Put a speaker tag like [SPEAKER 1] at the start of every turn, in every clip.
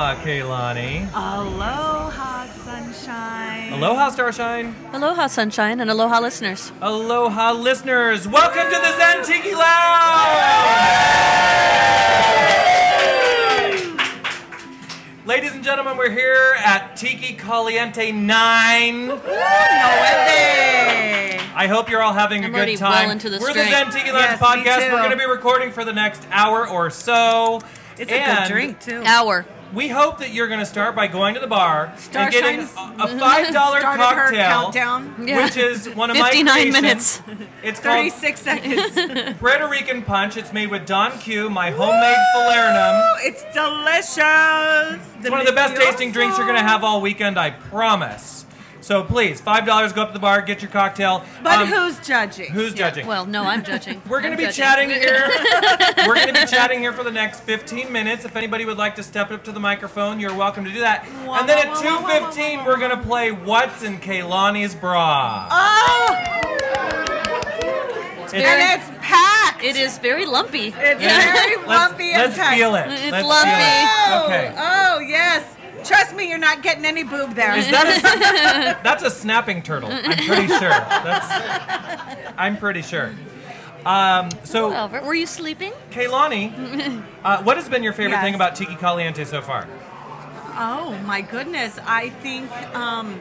[SPEAKER 1] Kaylani.
[SPEAKER 2] Aloha, sunshine.
[SPEAKER 1] Aloha, Starshine.
[SPEAKER 3] Aloha, sunshine, and aloha, listeners.
[SPEAKER 1] Aloha, listeners. Welcome to the Zen Tiki Lounge. Ladies and gentlemen, we're here at Tiki Caliente 9. I hope you're all having
[SPEAKER 3] I'm
[SPEAKER 1] a
[SPEAKER 3] already
[SPEAKER 1] good time.
[SPEAKER 3] well into the
[SPEAKER 1] We're
[SPEAKER 3] string.
[SPEAKER 1] the Zen Tiki Lounge
[SPEAKER 2] Yes, me
[SPEAKER 1] podcast.
[SPEAKER 2] too.
[SPEAKER 1] We're going to be recording for the next hour or so.
[SPEAKER 2] It's a
[SPEAKER 1] And
[SPEAKER 2] good drink too.
[SPEAKER 3] Hour.
[SPEAKER 1] We hope that you're going to start by going to the bar and getting a,
[SPEAKER 2] Starshine's-
[SPEAKER 1] a five dollar
[SPEAKER 2] Started her
[SPEAKER 1] cocktail,
[SPEAKER 2] countdown.
[SPEAKER 3] Yeah.
[SPEAKER 1] which is one of my
[SPEAKER 3] 59
[SPEAKER 1] creations.
[SPEAKER 3] minutes.
[SPEAKER 1] It's called
[SPEAKER 2] Thirty-six seconds. Woo!
[SPEAKER 1] Puerto Rican punch. It's made with Don Q, my homemade falernum.
[SPEAKER 2] It's delicious.
[SPEAKER 1] It's one of the best tasting drinks you're gonna have all weekend, I promise. So please, five dollars, go up to the bar, get your cocktail.
[SPEAKER 2] But
[SPEAKER 1] Um,
[SPEAKER 2] who's judging?
[SPEAKER 1] who's judging?
[SPEAKER 3] Well, no, I'm judging.
[SPEAKER 1] We're going to
[SPEAKER 3] I'm
[SPEAKER 1] be
[SPEAKER 3] judging.
[SPEAKER 1] chatting here. We're going to be chatting here for the next 15 minutes. If anybody would like to step up to the microphone, you're welcome to do that.
[SPEAKER 2] Wah,
[SPEAKER 1] and then
[SPEAKER 2] wah,
[SPEAKER 1] at
[SPEAKER 2] wah, wah, wah,
[SPEAKER 1] 2:15, we're going to play What's in Kaylani's Bra.
[SPEAKER 2] oh,
[SPEAKER 3] Very-
[SPEAKER 2] and it's packed.
[SPEAKER 3] It is very lumpy.
[SPEAKER 2] It's very
[SPEAKER 1] Let's,
[SPEAKER 2] lumpy and
[SPEAKER 1] let's
[SPEAKER 2] tight.
[SPEAKER 1] feel it.
[SPEAKER 3] It's
[SPEAKER 1] let's
[SPEAKER 3] lumpy.
[SPEAKER 1] Feel it.
[SPEAKER 2] Oh,
[SPEAKER 1] Okay.
[SPEAKER 2] oh yes. Trust me, you're not getting any boob there.
[SPEAKER 1] Is that a, that's a snapping turtle. I'm pretty sure. That's, I'm pretty sure. Um, so,
[SPEAKER 3] Albert, Oh, were you sleeping?
[SPEAKER 1] Kaylani, uh, what has been your favorite
[SPEAKER 2] Yes.
[SPEAKER 1] thing about Tiki Caliente so far?
[SPEAKER 2] Oh my goodness! I think um,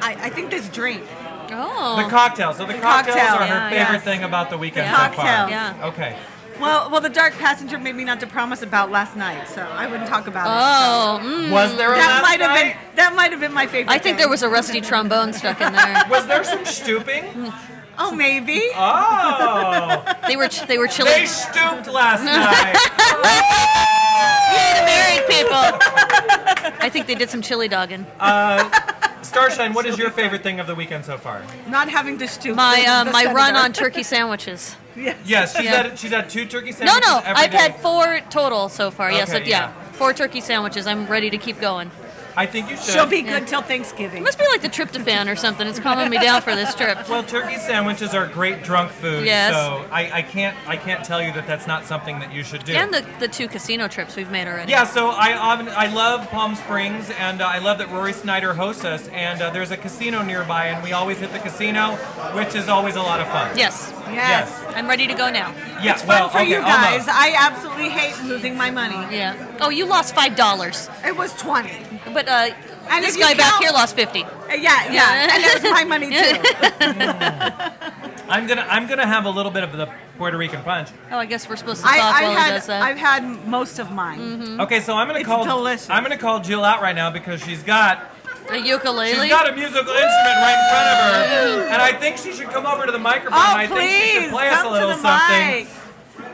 [SPEAKER 2] I, I think this drink.
[SPEAKER 3] Oh.
[SPEAKER 1] The cocktails. So the, cocktails
[SPEAKER 2] cocktail.
[SPEAKER 1] are her
[SPEAKER 3] Yeah,
[SPEAKER 1] favorite
[SPEAKER 2] yes.
[SPEAKER 1] thing about the weekend
[SPEAKER 2] The
[SPEAKER 1] so far.
[SPEAKER 2] cocktails.
[SPEAKER 3] Yeah.
[SPEAKER 1] Okay.
[SPEAKER 2] Well, well, the dark passenger made me not to promise about last night, so I wouldn't talk about it.
[SPEAKER 3] oh. mm.
[SPEAKER 1] Was there a last
[SPEAKER 2] That might have
[SPEAKER 1] night?
[SPEAKER 2] been that might have been my favorite.
[SPEAKER 3] I
[SPEAKER 2] thing.
[SPEAKER 3] think there was a rusty trombone stuck in there.
[SPEAKER 1] Was there some stooping?
[SPEAKER 2] Oh, maybe.
[SPEAKER 3] Uh,
[SPEAKER 1] Oh,
[SPEAKER 3] They were ch- they were chilling.
[SPEAKER 1] they stooped last night.
[SPEAKER 3] Yay, the married people. I think they did some chili dogging.
[SPEAKER 1] Uh, Starshine, what is your favorite thing of the weekend so far?
[SPEAKER 2] Not having to stoop.
[SPEAKER 3] My
[SPEAKER 2] to
[SPEAKER 3] uh,
[SPEAKER 2] the
[SPEAKER 3] my
[SPEAKER 2] senator.
[SPEAKER 3] run on turkey sandwiches.
[SPEAKER 1] Yes, she's
[SPEAKER 3] Yeah.
[SPEAKER 1] had she's had two turkey
[SPEAKER 3] No,
[SPEAKER 1] sandwiches.
[SPEAKER 3] no,
[SPEAKER 1] every
[SPEAKER 3] I've
[SPEAKER 1] day.
[SPEAKER 3] had four total so far. yes,
[SPEAKER 1] Okay,
[SPEAKER 3] but yeah.
[SPEAKER 1] yeah.
[SPEAKER 3] four turkey sandwiches. I'm ready to keep going.
[SPEAKER 1] I think you should.
[SPEAKER 2] She'll be good till Thanksgiving.
[SPEAKER 3] It must be like the tryptophan or something. It's calming me down for this trip.
[SPEAKER 1] Well, turkey sandwiches are great drunk food,
[SPEAKER 3] Yes.
[SPEAKER 1] so I, I can't I can't tell you that that's not something that you should do.
[SPEAKER 3] And the, the two casino trips we've made already.
[SPEAKER 1] yeah, so I often, I love Palm Springs, and uh, I love that Rory Snyder hosts us, and uh, there's a casino nearby, and we always hit the casino, which is always a lot of fun.
[SPEAKER 3] Yes.
[SPEAKER 2] Yes.
[SPEAKER 3] I'm ready to go now.
[SPEAKER 1] Yeah,
[SPEAKER 2] Fun
[SPEAKER 1] well,
[SPEAKER 2] for
[SPEAKER 1] okay,
[SPEAKER 2] you
[SPEAKER 1] Alma.
[SPEAKER 2] guys. I absolutely hate losing my money.
[SPEAKER 3] Yeah. Oh, you lost five dollars,
[SPEAKER 2] It was twenty.
[SPEAKER 3] but uh,
[SPEAKER 2] And
[SPEAKER 3] this
[SPEAKER 2] if you
[SPEAKER 3] guy back
[SPEAKER 2] count-
[SPEAKER 3] here lost fifty.
[SPEAKER 2] Uh, Yeah, yeah, and it was my money too.
[SPEAKER 1] I'm gonna I'm gonna have a little bit of the Puerto Rican punch.
[SPEAKER 3] Oh, I guess we're supposed to
[SPEAKER 2] I,
[SPEAKER 3] talk
[SPEAKER 2] I
[SPEAKER 3] while he
[SPEAKER 2] had
[SPEAKER 3] does that.
[SPEAKER 2] I've had most of mine.
[SPEAKER 3] Mm-hmm.
[SPEAKER 1] Okay, so I'm gonna
[SPEAKER 2] It's
[SPEAKER 1] call
[SPEAKER 2] delicious.
[SPEAKER 1] I'm gonna call Jill out right now because she's got
[SPEAKER 3] A ukulele.
[SPEAKER 1] she's got a musical instrument right in front of her, and I think she should come over to the microphone.
[SPEAKER 2] Oh,
[SPEAKER 1] I think she
[SPEAKER 2] please
[SPEAKER 1] should play us
[SPEAKER 2] come
[SPEAKER 1] a little
[SPEAKER 2] to the
[SPEAKER 1] something.
[SPEAKER 2] mic.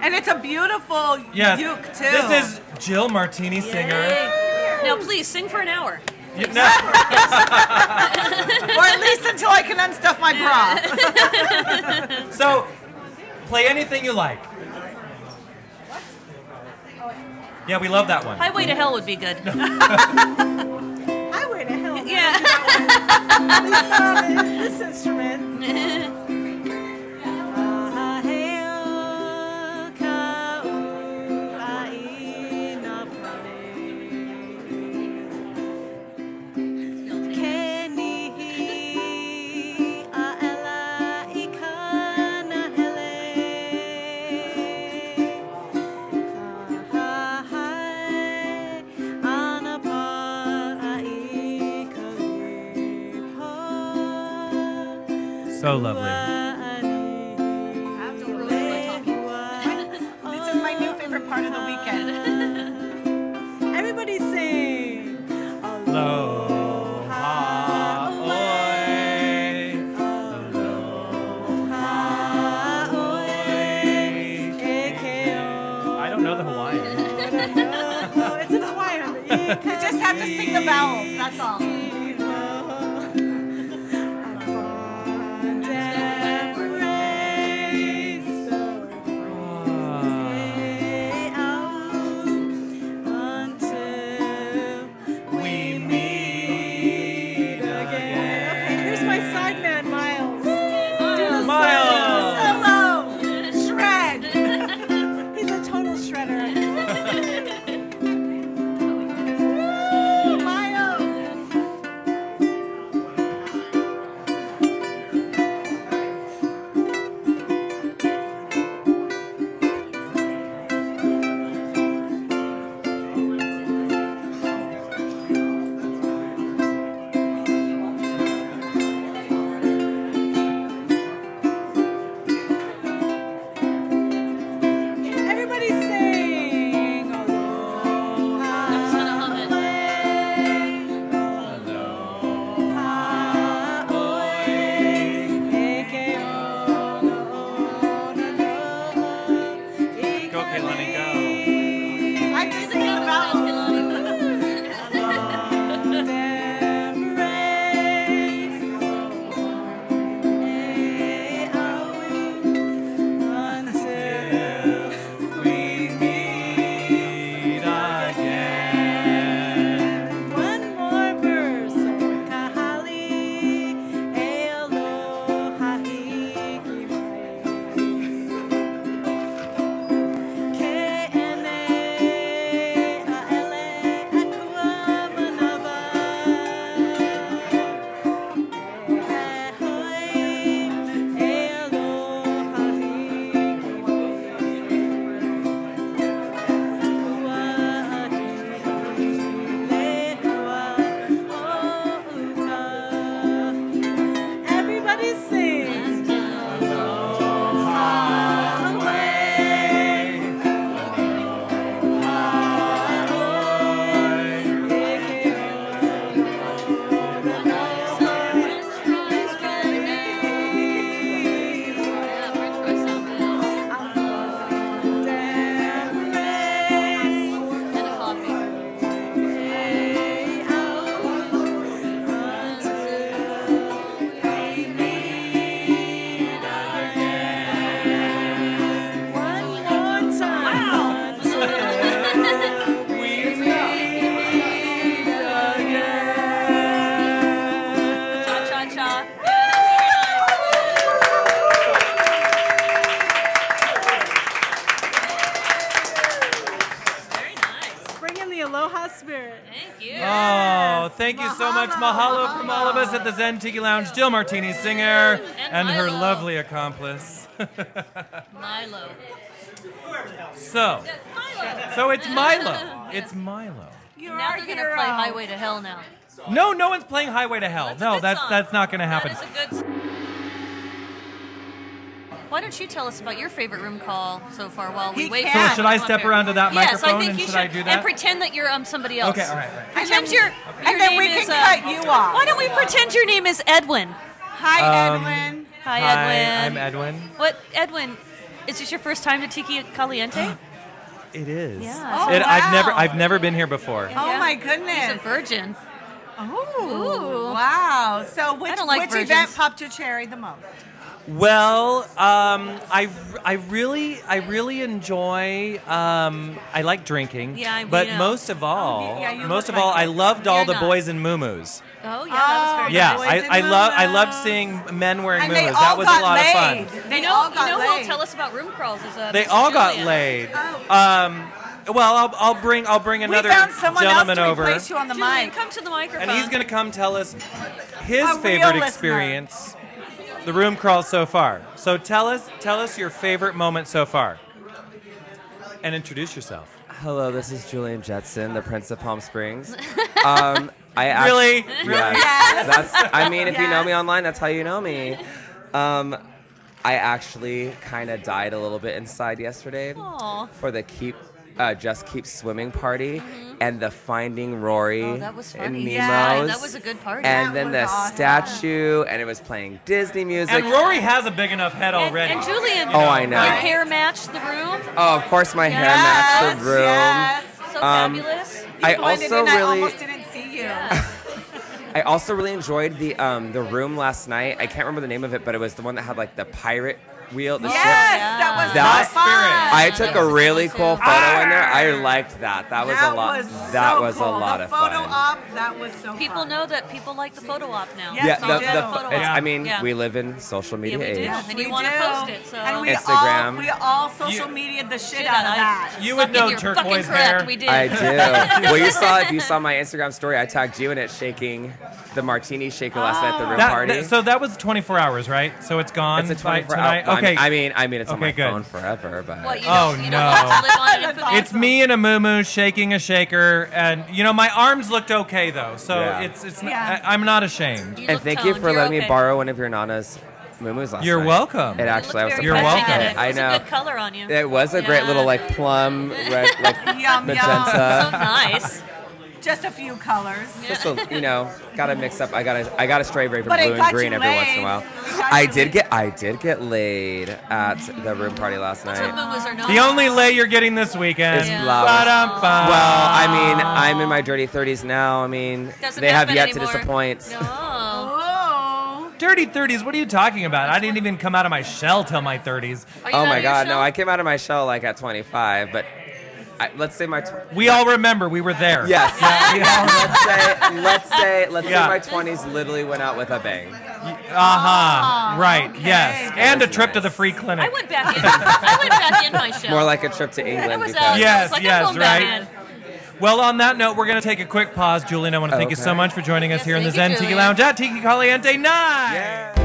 [SPEAKER 2] And it's a beautiful
[SPEAKER 1] Yes.
[SPEAKER 2] uke too.
[SPEAKER 1] This is Jill Martini Singer.
[SPEAKER 3] Yay. Now, please sing for an hour.
[SPEAKER 1] You- no,
[SPEAKER 2] or at least until I can unstuff my bra.
[SPEAKER 1] so, play anything you like. Yeah, we love that one.
[SPEAKER 3] Highway to Hell would be good.
[SPEAKER 2] Highway to hell.
[SPEAKER 3] Yeah.
[SPEAKER 2] this instrument.
[SPEAKER 1] So lovely.
[SPEAKER 2] This is my new favorite part of the weekend. Everybody sing.
[SPEAKER 1] Aloha, oi. I don't know the Hawaiian.
[SPEAKER 2] It's in Hawaiian. You just have to sing the vowels, that's all.
[SPEAKER 1] we meet again.
[SPEAKER 2] Okay, here's my sideman, Miles.
[SPEAKER 1] Miles.
[SPEAKER 2] Hello! Shred! He's a total shredder. E spirit.
[SPEAKER 3] Thank you.
[SPEAKER 1] Oh, thank you so much.
[SPEAKER 2] Mahalo.
[SPEAKER 1] Mahalo from all of us at the Zen Tiki Lounge. Jill Martini, singer, and
[SPEAKER 3] And
[SPEAKER 1] her
[SPEAKER 3] Milo.
[SPEAKER 1] lovely accomplice.
[SPEAKER 3] Milo.
[SPEAKER 1] So,
[SPEAKER 3] Milo.
[SPEAKER 1] so it's Milo. It's Milo.
[SPEAKER 2] You
[SPEAKER 3] Now
[SPEAKER 2] are
[SPEAKER 3] they're
[SPEAKER 2] hero.
[SPEAKER 3] gonna play Highway to Hell now.
[SPEAKER 1] No, no one's playing Highway to Hell.
[SPEAKER 3] That's a
[SPEAKER 1] No,
[SPEAKER 3] good
[SPEAKER 1] that's
[SPEAKER 3] song.
[SPEAKER 1] that's not going to happen.
[SPEAKER 3] That is a good. s- Why don't you tell us about your favorite room call so far while we
[SPEAKER 2] He
[SPEAKER 3] wait?
[SPEAKER 2] can.
[SPEAKER 3] for
[SPEAKER 2] So
[SPEAKER 3] him to
[SPEAKER 1] should I
[SPEAKER 3] come up
[SPEAKER 1] step
[SPEAKER 3] here?
[SPEAKER 1] around to that
[SPEAKER 3] yes,
[SPEAKER 1] microphone
[SPEAKER 3] I think
[SPEAKER 1] and
[SPEAKER 3] you
[SPEAKER 1] should
[SPEAKER 3] should.
[SPEAKER 1] I do that?
[SPEAKER 3] And pretend that you're um somebody else.
[SPEAKER 1] Okay, all right, right.
[SPEAKER 2] And
[SPEAKER 3] Pretend
[SPEAKER 2] then-
[SPEAKER 3] your
[SPEAKER 2] and
[SPEAKER 3] your
[SPEAKER 2] then we
[SPEAKER 3] name
[SPEAKER 2] can
[SPEAKER 3] is, uh,
[SPEAKER 2] cut you off.
[SPEAKER 3] Why don't we pretend your name is Edwin?
[SPEAKER 2] Hi, Edwin.
[SPEAKER 3] Hi,
[SPEAKER 1] Um, Hi, I'm
[SPEAKER 3] Edwin.
[SPEAKER 1] Edwin.
[SPEAKER 3] What, Edwin? Is this your first time to Tiki Caliente?
[SPEAKER 1] It is.
[SPEAKER 3] Yeah.
[SPEAKER 2] Oh,
[SPEAKER 1] It- I've never
[SPEAKER 2] wow.
[SPEAKER 1] I've never been here before.
[SPEAKER 2] Oh
[SPEAKER 3] Yeah.
[SPEAKER 2] my
[SPEAKER 3] He's a
[SPEAKER 2] goodness!
[SPEAKER 3] virgin.
[SPEAKER 2] Oh,
[SPEAKER 3] Ooh.
[SPEAKER 2] wow! So which
[SPEAKER 3] don't like
[SPEAKER 2] which
[SPEAKER 3] virgins.
[SPEAKER 2] event popped your cherry the most?
[SPEAKER 1] Well, um, I, I really I really enjoy um, I like drinking.
[SPEAKER 3] Yeah, I- we
[SPEAKER 1] but
[SPEAKER 3] know.
[SPEAKER 1] most of all,
[SPEAKER 2] yeah, you
[SPEAKER 1] most
[SPEAKER 2] look
[SPEAKER 1] of all,
[SPEAKER 2] like
[SPEAKER 1] I loved all
[SPEAKER 3] You're
[SPEAKER 1] the
[SPEAKER 3] not.
[SPEAKER 1] boys in muumuus.
[SPEAKER 3] Oh yeah, that was very
[SPEAKER 1] Yeah,
[SPEAKER 2] boys
[SPEAKER 1] I,
[SPEAKER 2] in
[SPEAKER 1] I love I loved
[SPEAKER 2] muumuus.
[SPEAKER 1] seeing men wearing
[SPEAKER 2] and
[SPEAKER 1] muumuus.
[SPEAKER 2] they all
[SPEAKER 1] that was
[SPEAKER 2] got
[SPEAKER 1] a lot
[SPEAKER 2] laid.
[SPEAKER 1] of fun.
[SPEAKER 2] They
[SPEAKER 3] You know,
[SPEAKER 2] all got
[SPEAKER 3] you know
[SPEAKER 2] laid.
[SPEAKER 3] who'll tell us about room crawls is uh,
[SPEAKER 1] They
[SPEAKER 3] Mr.
[SPEAKER 1] all got
[SPEAKER 3] Julian.
[SPEAKER 1] laid. Um, well, I'll, I'll bring I'll bring
[SPEAKER 2] we
[SPEAKER 1] another
[SPEAKER 2] found someone else
[SPEAKER 1] gentleman
[SPEAKER 2] to
[SPEAKER 1] over.
[SPEAKER 2] replace you on the
[SPEAKER 3] Julian,
[SPEAKER 2] mic.
[SPEAKER 3] come to the microphone.
[SPEAKER 1] and he's going to come tell us his
[SPEAKER 2] A real
[SPEAKER 1] favorite
[SPEAKER 2] listener.
[SPEAKER 1] experience the room crawl so far so tell us tell us your favorite moment so far and introduce yourself
[SPEAKER 4] Hello, this is Julian Jetson, the Prince of Palm Springs. Um, I act-
[SPEAKER 1] really
[SPEAKER 4] Yes. That's, I mean, if you know me
[SPEAKER 2] Yes.
[SPEAKER 4] online, that's how you know me. Um, I actually kind of died a little bit inside yesterday
[SPEAKER 3] Aw.
[SPEAKER 4] for the keep. Uh, just keep swimming party and the finding Rory
[SPEAKER 3] Mm-hmm. Oh, that was
[SPEAKER 4] and
[SPEAKER 3] funny.
[SPEAKER 4] Nemo's
[SPEAKER 3] Yeah, that was a good party.
[SPEAKER 4] and
[SPEAKER 2] That
[SPEAKER 4] then
[SPEAKER 2] was
[SPEAKER 4] the
[SPEAKER 2] awesome.
[SPEAKER 4] statue and it was playing Disney music
[SPEAKER 1] and rory has a big enough head
[SPEAKER 3] and,
[SPEAKER 1] already
[SPEAKER 3] and Julian.
[SPEAKER 4] Oh, I know.
[SPEAKER 3] Your hair matched the room.
[SPEAKER 4] oh of course my hair matched the room
[SPEAKER 2] Yes.
[SPEAKER 3] So
[SPEAKER 4] Um,
[SPEAKER 3] fabulous.
[SPEAKER 4] I
[SPEAKER 2] You blended
[SPEAKER 4] also
[SPEAKER 2] in, I
[SPEAKER 4] really
[SPEAKER 2] almost didn't see you.
[SPEAKER 4] I also really enjoyed the um, the room last night. I can't remember the name of it, but it was the one that had like the pirate wheel. The
[SPEAKER 2] Yes,
[SPEAKER 4] ship.
[SPEAKER 2] that was
[SPEAKER 4] That-
[SPEAKER 2] so fun.
[SPEAKER 4] I took a really cool
[SPEAKER 3] Too.
[SPEAKER 4] photo in there. I liked that. That was
[SPEAKER 2] that
[SPEAKER 4] a lot.
[SPEAKER 2] Was so
[SPEAKER 4] that was
[SPEAKER 2] cool.
[SPEAKER 4] a lot
[SPEAKER 2] the
[SPEAKER 4] of
[SPEAKER 2] photo
[SPEAKER 4] fun.
[SPEAKER 2] op, that was so.
[SPEAKER 3] People
[SPEAKER 2] fun.
[SPEAKER 3] know that people like the photo op now.
[SPEAKER 2] Yeah,
[SPEAKER 4] yeah,
[SPEAKER 2] so
[SPEAKER 4] the,
[SPEAKER 2] did
[SPEAKER 4] the,
[SPEAKER 2] the photo
[SPEAKER 4] it's-
[SPEAKER 1] op.
[SPEAKER 4] I mean,
[SPEAKER 3] Yeah.
[SPEAKER 4] we live in social
[SPEAKER 3] Yeah,
[SPEAKER 4] media
[SPEAKER 3] we do.
[SPEAKER 4] age.
[SPEAKER 2] Yes,
[SPEAKER 3] And
[SPEAKER 2] we
[SPEAKER 3] you wanna
[SPEAKER 2] do.
[SPEAKER 3] post it, so-
[SPEAKER 2] And we all
[SPEAKER 4] Instagram.
[SPEAKER 2] we all social
[SPEAKER 1] You-
[SPEAKER 2] media the shit
[SPEAKER 3] Shit,
[SPEAKER 2] out of
[SPEAKER 3] I-
[SPEAKER 2] that.
[SPEAKER 1] You would know
[SPEAKER 3] Fucking- you're fucking
[SPEAKER 1] turquoise
[SPEAKER 3] correct,
[SPEAKER 1] hair.
[SPEAKER 3] We did.
[SPEAKER 4] I do. well, you saw if you saw my Instagram story, I tagged you in it shaking the martini shaker last night at the room
[SPEAKER 1] That-
[SPEAKER 4] party.
[SPEAKER 1] Oh. that- so that was 24 hours right so it's gone
[SPEAKER 4] it's a
[SPEAKER 1] by
[SPEAKER 4] 24
[SPEAKER 1] tonight
[SPEAKER 4] hour.
[SPEAKER 1] okay
[SPEAKER 4] I mean, I mean, it's on
[SPEAKER 1] Okay,
[SPEAKER 4] my
[SPEAKER 1] good.
[SPEAKER 4] phone forever, but
[SPEAKER 3] What, you
[SPEAKER 1] Oh,
[SPEAKER 3] don't, you
[SPEAKER 1] no.
[SPEAKER 3] don't have to live on it. infinitely?
[SPEAKER 1] it's me and a moo shaking a shaker, and you know my arms looked okay though, so
[SPEAKER 4] Yeah.
[SPEAKER 1] it's it's not,
[SPEAKER 2] Yeah.
[SPEAKER 1] I, I'm not ashamed.
[SPEAKER 3] You
[SPEAKER 4] And
[SPEAKER 3] look
[SPEAKER 4] thank you
[SPEAKER 3] toned.
[SPEAKER 4] for
[SPEAKER 3] You're
[SPEAKER 4] letting
[SPEAKER 3] okay.
[SPEAKER 4] me borrow one of your Nana's muumuus last
[SPEAKER 1] You're
[SPEAKER 4] night.
[SPEAKER 1] welcome.
[SPEAKER 4] It
[SPEAKER 1] You
[SPEAKER 3] You looked
[SPEAKER 4] actually, I was
[SPEAKER 3] very
[SPEAKER 1] You're
[SPEAKER 4] surprised.
[SPEAKER 3] refreshing
[SPEAKER 1] welcome.
[SPEAKER 3] in It.
[SPEAKER 4] I
[SPEAKER 3] It's
[SPEAKER 4] know.
[SPEAKER 3] a good color on you.
[SPEAKER 4] It was a great
[SPEAKER 3] Yeah.
[SPEAKER 4] little like uh, plum red, like
[SPEAKER 2] Yum
[SPEAKER 4] magenta.
[SPEAKER 3] so nice.
[SPEAKER 2] yum. Just a few colors.
[SPEAKER 4] Just a, you know, gotta mix up. I gotta, I gotta stray away from
[SPEAKER 2] But it
[SPEAKER 4] blue
[SPEAKER 2] got
[SPEAKER 4] and green
[SPEAKER 2] you
[SPEAKER 4] every once in a
[SPEAKER 2] laid.
[SPEAKER 4] while.
[SPEAKER 2] It got
[SPEAKER 4] I
[SPEAKER 2] you
[SPEAKER 4] did
[SPEAKER 2] laid.
[SPEAKER 4] get, I did get laid at the room party last
[SPEAKER 3] Some
[SPEAKER 4] night.
[SPEAKER 3] moos are not.
[SPEAKER 1] The only lay you're getting this weekend
[SPEAKER 4] Is
[SPEAKER 3] flowers.
[SPEAKER 1] Ba-dum-bum.
[SPEAKER 4] Well, I mean, I'm in my dirty 30s now. I mean,
[SPEAKER 3] Doesn't
[SPEAKER 4] they have
[SPEAKER 3] happen
[SPEAKER 4] yet
[SPEAKER 3] anymore.
[SPEAKER 4] to disappoint.
[SPEAKER 3] No.
[SPEAKER 2] Oh.
[SPEAKER 1] Dirty 30s? What are you talking about? I didn't even come out of my shell till my 30s.
[SPEAKER 3] Are you
[SPEAKER 4] Oh
[SPEAKER 3] not
[SPEAKER 4] my
[SPEAKER 3] on your
[SPEAKER 4] God, no!
[SPEAKER 3] show?
[SPEAKER 4] I came out of my shell like at 25, but I, let's say my. Tw-
[SPEAKER 1] We all remember we were there.
[SPEAKER 4] Yes.
[SPEAKER 1] We all-
[SPEAKER 4] let's say, let's say, let's
[SPEAKER 1] Yeah.
[SPEAKER 4] say my twenties literally went out with a bang.
[SPEAKER 3] Ah,
[SPEAKER 1] uh-huh. Right. Yes.
[SPEAKER 2] okay.
[SPEAKER 1] And a
[SPEAKER 4] That's
[SPEAKER 1] trip to
[SPEAKER 4] nice.
[SPEAKER 1] the free clinic.
[SPEAKER 3] I went back in. I went back in my show.
[SPEAKER 4] More like a trip to England.
[SPEAKER 3] I was
[SPEAKER 4] because-
[SPEAKER 3] out.
[SPEAKER 1] Yes,
[SPEAKER 3] I was like,
[SPEAKER 1] yes,
[SPEAKER 3] I'm going back
[SPEAKER 1] right.
[SPEAKER 3] in.
[SPEAKER 1] Well, on that note, we're going to take a quick pause. Julian, I want to thank you so
[SPEAKER 4] Okay.
[SPEAKER 1] much for joining us
[SPEAKER 3] Yes,
[SPEAKER 1] here in the
[SPEAKER 3] thank you,
[SPEAKER 1] Zen Tiki
[SPEAKER 3] Julian.
[SPEAKER 1] Lounge at Tiki Caliente 9.
[SPEAKER 4] Yeah.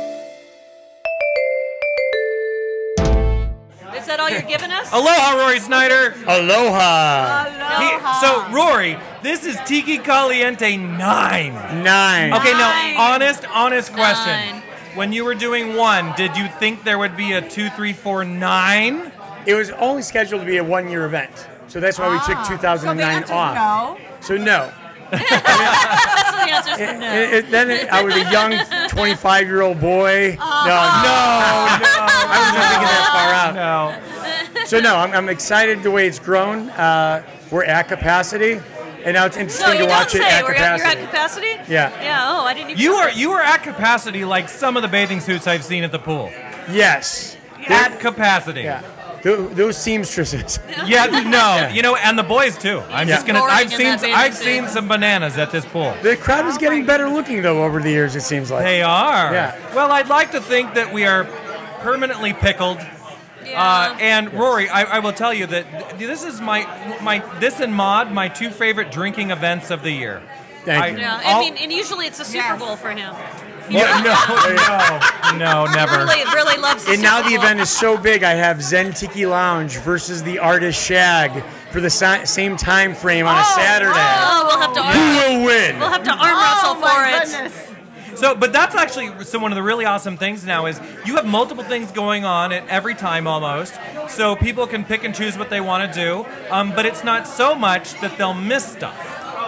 [SPEAKER 4] Oh.
[SPEAKER 1] Aloha, Rory Snyder.
[SPEAKER 5] Aloha.
[SPEAKER 1] He-
[SPEAKER 2] Aloha.
[SPEAKER 1] so, Rory, this is Tiki Caliente 9.
[SPEAKER 5] Nine.
[SPEAKER 1] Okay,
[SPEAKER 2] Nine.
[SPEAKER 1] now, honest, honest question.
[SPEAKER 3] Nine.
[SPEAKER 1] When you were doing one, did you think there would be a two, three, four, nine?
[SPEAKER 5] It was only scheduled to be a one year event. So that's why we took
[SPEAKER 2] Ah.
[SPEAKER 5] 2009
[SPEAKER 2] so the answer's
[SPEAKER 5] off.
[SPEAKER 2] No.
[SPEAKER 5] So no.
[SPEAKER 3] So the answer's
[SPEAKER 5] It-
[SPEAKER 3] no.
[SPEAKER 5] it- it- then it- I was a young 25 year old boy. No, no.
[SPEAKER 3] Ah.
[SPEAKER 1] Oh,
[SPEAKER 5] I wasn't thinking that far out.
[SPEAKER 1] no, no.
[SPEAKER 5] So no, I'm, I'm excited the way it's grown. Uh, we're at capacity, and now it's
[SPEAKER 3] no,
[SPEAKER 5] interesting
[SPEAKER 3] you
[SPEAKER 5] to watch
[SPEAKER 3] don't
[SPEAKER 5] it
[SPEAKER 3] say.
[SPEAKER 5] at
[SPEAKER 3] We're
[SPEAKER 5] capacity.
[SPEAKER 3] At, you're at capacity?
[SPEAKER 5] Yeah.
[SPEAKER 3] Yeah. Oh, I didn't even
[SPEAKER 1] You
[SPEAKER 3] know
[SPEAKER 1] are
[SPEAKER 3] that.
[SPEAKER 1] you are at capacity like some of the bathing suits I've seen at the pool.
[SPEAKER 5] yes.
[SPEAKER 1] At capacity.
[SPEAKER 5] yeah. Tho- those seamstresses.
[SPEAKER 1] Yeah, no, you know, and the boys too. I'm
[SPEAKER 5] Yeah.
[SPEAKER 1] just gonna.
[SPEAKER 3] Boring
[SPEAKER 1] I've
[SPEAKER 3] in
[SPEAKER 1] seen.
[SPEAKER 3] that bathing
[SPEAKER 1] I've
[SPEAKER 3] suit.
[SPEAKER 1] seen some bananas at this pool.
[SPEAKER 5] The crowd is getting better looking though over the years. It seems like.
[SPEAKER 1] They are.
[SPEAKER 5] Yeah.
[SPEAKER 1] Well, I'd like to think that we are permanently pickled. Uh,
[SPEAKER 3] Yeah.
[SPEAKER 1] and Rory, I, I will tell you that th- this is my my this and mod my two favorite drinking events of the year.
[SPEAKER 5] Thank
[SPEAKER 1] I-
[SPEAKER 5] you.
[SPEAKER 3] yeah.
[SPEAKER 1] all-
[SPEAKER 3] I mean, and usually it's a Super
[SPEAKER 2] Yes.
[SPEAKER 3] Bowl for him.
[SPEAKER 1] Yeah, no, no, no, never.
[SPEAKER 3] Really, really loves. The
[SPEAKER 5] And now
[SPEAKER 3] Super
[SPEAKER 5] the
[SPEAKER 3] Bowl.
[SPEAKER 5] event is so big. I have Zen Tiki Lounge versus the Artist Shag for the si- same time frame on a Saturday.
[SPEAKER 3] Oh, we'll have to
[SPEAKER 5] Who
[SPEAKER 3] arm,
[SPEAKER 5] will win?
[SPEAKER 3] we'll have to arm
[SPEAKER 2] Oh,
[SPEAKER 3] wrestle for
[SPEAKER 2] my
[SPEAKER 3] it.
[SPEAKER 2] goodness.
[SPEAKER 1] So, but that's actually so one of the really awesome things now is you have multiple things going on at every time almost. So people can pick and choose what they want to do, um, but it's not so much that they'll miss stuff.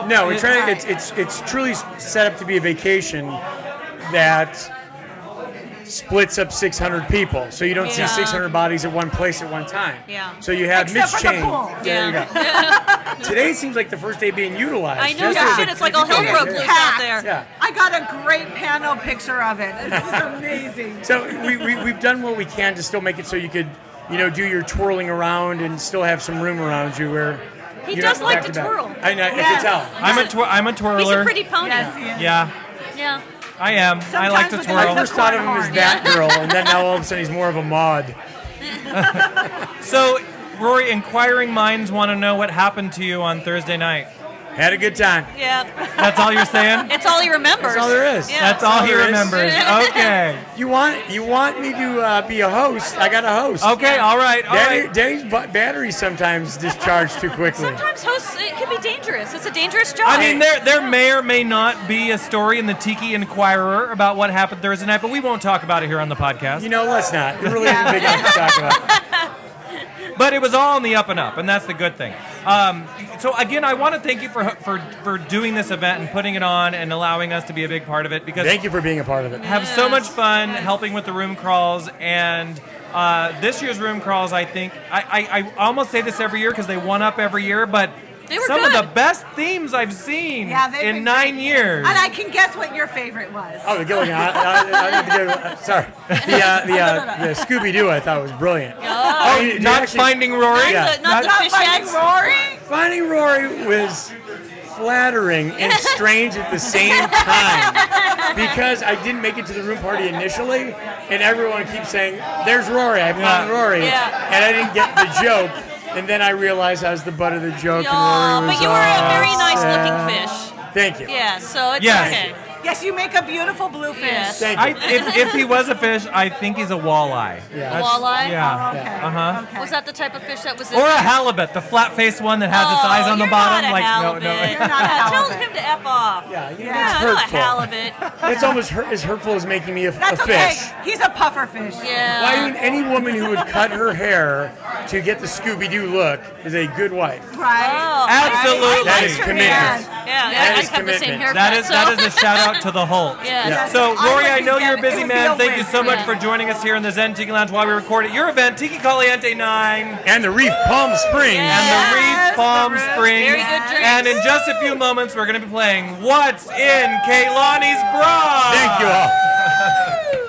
[SPEAKER 5] No, we're trying.
[SPEAKER 2] Right.
[SPEAKER 5] It's it's it's truly set up to be a vacation that splits up 600 people, so you don't
[SPEAKER 3] Yeah.
[SPEAKER 5] see 600 bodies at one place at one time.
[SPEAKER 3] Yeah.
[SPEAKER 5] So you have
[SPEAKER 2] Except
[SPEAKER 5] mid
[SPEAKER 2] for the
[SPEAKER 5] change.
[SPEAKER 2] pool.
[SPEAKER 5] There you go. Today seems like the first day being utilized.
[SPEAKER 3] I know,
[SPEAKER 5] Yesterday
[SPEAKER 3] yeah.
[SPEAKER 5] was a
[SPEAKER 3] Shit, it's like all
[SPEAKER 5] pretty
[SPEAKER 3] hell
[SPEAKER 5] good
[SPEAKER 3] broke
[SPEAKER 5] day.
[SPEAKER 3] loose out
[SPEAKER 2] Packed.
[SPEAKER 3] there.
[SPEAKER 5] Yeah.
[SPEAKER 2] I got a great panel picture of it. This is amazing.
[SPEAKER 5] So we, we we've done what we can to still make it so you could you know do your twirling around and still have some room around you where.
[SPEAKER 3] He
[SPEAKER 5] you're not
[SPEAKER 3] does like
[SPEAKER 5] back
[SPEAKER 3] to
[SPEAKER 5] back.
[SPEAKER 3] twirl.
[SPEAKER 5] I know.
[SPEAKER 2] Yes.
[SPEAKER 5] I can tell.
[SPEAKER 1] I'm a twir- I'm a twirler.
[SPEAKER 3] He's a pretty pony.
[SPEAKER 2] Yes, he is.
[SPEAKER 1] yeah,
[SPEAKER 3] Yeah.
[SPEAKER 1] I am. I
[SPEAKER 2] Sometimes
[SPEAKER 1] like to
[SPEAKER 2] with the little
[SPEAKER 5] I
[SPEAKER 1] twirl.
[SPEAKER 5] first thought of him as that girl, and then now all of a sudden he's more of a mod.
[SPEAKER 1] So, Rory, inquiring minds want to know what happened to you on Thursday night.
[SPEAKER 5] Had a good time.
[SPEAKER 3] Yeah.
[SPEAKER 1] That's all you're saying?
[SPEAKER 3] It's all he remembers.
[SPEAKER 5] That's all there is.
[SPEAKER 3] Yeah.
[SPEAKER 1] That's all he
[SPEAKER 5] There is.
[SPEAKER 1] remembers. Okay.
[SPEAKER 5] You want you want me to uh, be a host? I got a host.
[SPEAKER 1] Okay, all right, all
[SPEAKER 5] Daddy,
[SPEAKER 1] right.
[SPEAKER 5] Daddy's bu- battery sometimes discharges too quickly.
[SPEAKER 3] Sometimes hosts, it can be dangerous. It's a dangerous job.
[SPEAKER 1] Hmm. I mean, there there may or may not be a story in the Tiki Inquirer about what happened Thursday night, but we won't talk about it here on the podcast.
[SPEAKER 5] You know, let's not. It really isn't big enough to talk about.
[SPEAKER 1] but it was all on the up and up, and that's the good thing. Um, so again, I want to thank you for for for doing this event and putting it on and allowing us to be a big part of it because
[SPEAKER 5] Thank you for being a part of it.
[SPEAKER 1] have so much fun helping with the room crawls and. Uh, this year's room crawls, I think, I, I, I almost say this every year because they one up every year, but
[SPEAKER 3] They were
[SPEAKER 1] some of
[SPEAKER 3] good.
[SPEAKER 1] the best themes I've seen
[SPEAKER 2] Yeah, they've
[SPEAKER 1] in
[SPEAKER 2] been
[SPEAKER 1] nine
[SPEAKER 2] great.
[SPEAKER 1] years.
[SPEAKER 2] And I can guess what your favorite was.
[SPEAKER 5] Oh, the Gilligan. I, I, I, need to go- uh, sorry, the uh, the, uh, the Scooby Doo I thought was brilliant.
[SPEAKER 3] Oh,
[SPEAKER 5] I mean, you
[SPEAKER 1] Not
[SPEAKER 5] actually-
[SPEAKER 1] finding Rory.
[SPEAKER 5] Yeah.
[SPEAKER 3] the, not the
[SPEAKER 2] Not
[SPEAKER 3] fish
[SPEAKER 2] fucking
[SPEAKER 3] eggs.
[SPEAKER 2] Rory.
[SPEAKER 5] Finding Rory was flattering and strange at the same time because I didn't make it to the room party initially, and everyone keeps saying, "There's Rory, I found
[SPEAKER 1] Yeah.
[SPEAKER 5] Rory,"
[SPEAKER 3] Yeah.
[SPEAKER 5] and I didn't get the joke. And then I realized I was the butt of the joke.
[SPEAKER 3] Aw,
[SPEAKER 5] and Rory was
[SPEAKER 3] but you were a
[SPEAKER 5] all
[SPEAKER 3] very nice
[SPEAKER 5] sad.
[SPEAKER 3] looking
[SPEAKER 5] Thank you.
[SPEAKER 3] fish. Yeah, so it's
[SPEAKER 1] Yes.
[SPEAKER 3] okay.
[SPEAKER 2] Yes, you make a beautiful bluefish.
[SPEAKER 3] Yes.
[SPEAKER 5] Thank
[SPEAKER 1] I,
[SPEAKER 5] you.
[SPEAKER 1] if, if he was a fish, I think he's a walleye.
[SPEAKER 5] Yeah.
[SPEAKER 1] That's-
[SPEAKER 3] Walleye?
[SPEAKER 2] Oh,
[SPEAKER 1] Yeah.
[SPEAKER 2] okay.
[SPEAKER 1] Uh-huh.
[SPEAKER 2] Okay.
[SPEAKER 3] Was that the type of fish that was in
[SPEAKER 1] Or a halibut, the flat-faced one that has its
[SPEAKER 3] Oh,
[SPEAKER 1] eyes on the
[SPEAKER 3] you're
[SPEAKER 1] bottom.
[SPEAKER 3] not a
[SPEAKER 1] like
[SPEAKER 3] halibut.
[SPEAKER 1] no, no.
[SPEAKER 2] You're not a
[SPEAKER 3] Yeah, Tell
[SPEAKER 2] halibut.
[SPEAKER 3] him to f off.
[SPEAKER 5] Yeah, you know,
[SPEAKER 2] Yeah,
[SPEAKER 5] that's
[SPEAKER 3] I'm not a
[SPEAKER 5] hurtful.
[SPEAKER 3] halibut.
[SPEAKER 5] That's almost hurt, as hurtful as making me a, a
[SPEAKER 2] That's
[SPEAKER 5] fish.
[SPEAKER 2] okay. He's a puffer fish.
[SPEAKER 3] Yeah.
[SPEAKER 5] Why would any woman who would cut her hair to get the Scooby Doo look is a good wife?
[SPEAKER 2] Right.
[SPEAKER 3] Oh,
[SPEAKER 1] Absolutely.
[SPEAKER 5] That is commitment.
[SPEAKER 2] Yes.
[SPEAKER 3] Yeah,
[SPEAKER 5] That
[SPEAKER 3] I, I
[SPEAKER 5] is
[SPEAKER 3] cut the same
[SPEAKER 5] commitment.
[SPEAKER 3] haircut.
[SPEAKER 1] That is
[SPEAKER 3] so.
[SPEAKER 1] that is a shout out to the Hulk.
[SPEAKER 3] Yeah.
[SPEAKER 5] Yeah.
[SPEAKER 1] So,
[SPEAKER 2] I
[SPEAKER 1] Lori,
[SPEAKER 2] would
[SPEAKER 1] I
[SPEAKER 2] be
[SPEAKER 1] know you're a
[SPEAKER 2] down- it
[SPEAKER 1] busy
[SPEAKER 2] would be
[SPEAKER 1] man.
[SPEAKER 2] a
[SPEAKER 1] Thank you
[SPEAKER 2] win.
[SPEAKER 1] so much
[SPEAKER 3] Yeah.
[SPEAKER 1] for joining us here in the Zen Tiki Lounge while we record at your event, Tiki Caliente 9.
[SPEAKER 5] And the Reef Palm Springs.
[SPEAKER 1] And the Reef
[SPEAKER 2] Yes,
[SPEAKER 1] Palm
[SPEAKER 2] the Reef.
[SPEAKER 1] Springs.
[SPEAKER 3] Very good drinks.
[SPEAKER 1] And in just a few moments, we're going to be playing What's in Kaylani's Bra.
[SPEAKER 5] Thank you all.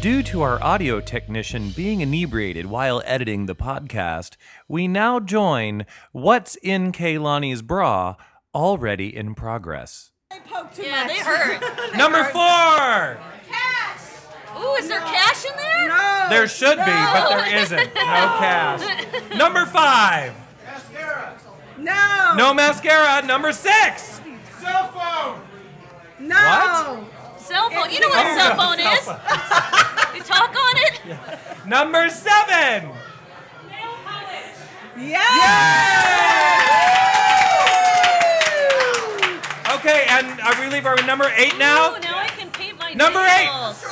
[SPEAKER 1] Due to our audio technician being inebriated while editing the podcast, we now join What's in Kaylani's Bra already in progress.
[SPEAKER 2] I poke too
[SPEAKER 3] Yeah,
[SPEAKER 2] much.
[SPEAKER 3] they hurt.
[SPEAKER 1] Number four!
[SPEAKER 3] Ooh, is there cash in there?
[SPEAKER 2] No.
[SPEAKER 1] There should be, but there isn't. No cash. Number five!
[SPEAKER 2] no.
[SPEAKER 1] No mascara. Number six!
[SPEAKER 2] No.
[SPEAKER 3] Cell phone. You know what a cell phone is? you talk on it?
[SPEAKER 1] Number seven!
[SPEAKER 2] Yes.
[SPEAKER 1] Okay, and are we leave our number eight now?
[SPEAKER 3] Ooh, now I can paint my
[SPEAKER 1] Number eight.
[SPEAKER 3] nails.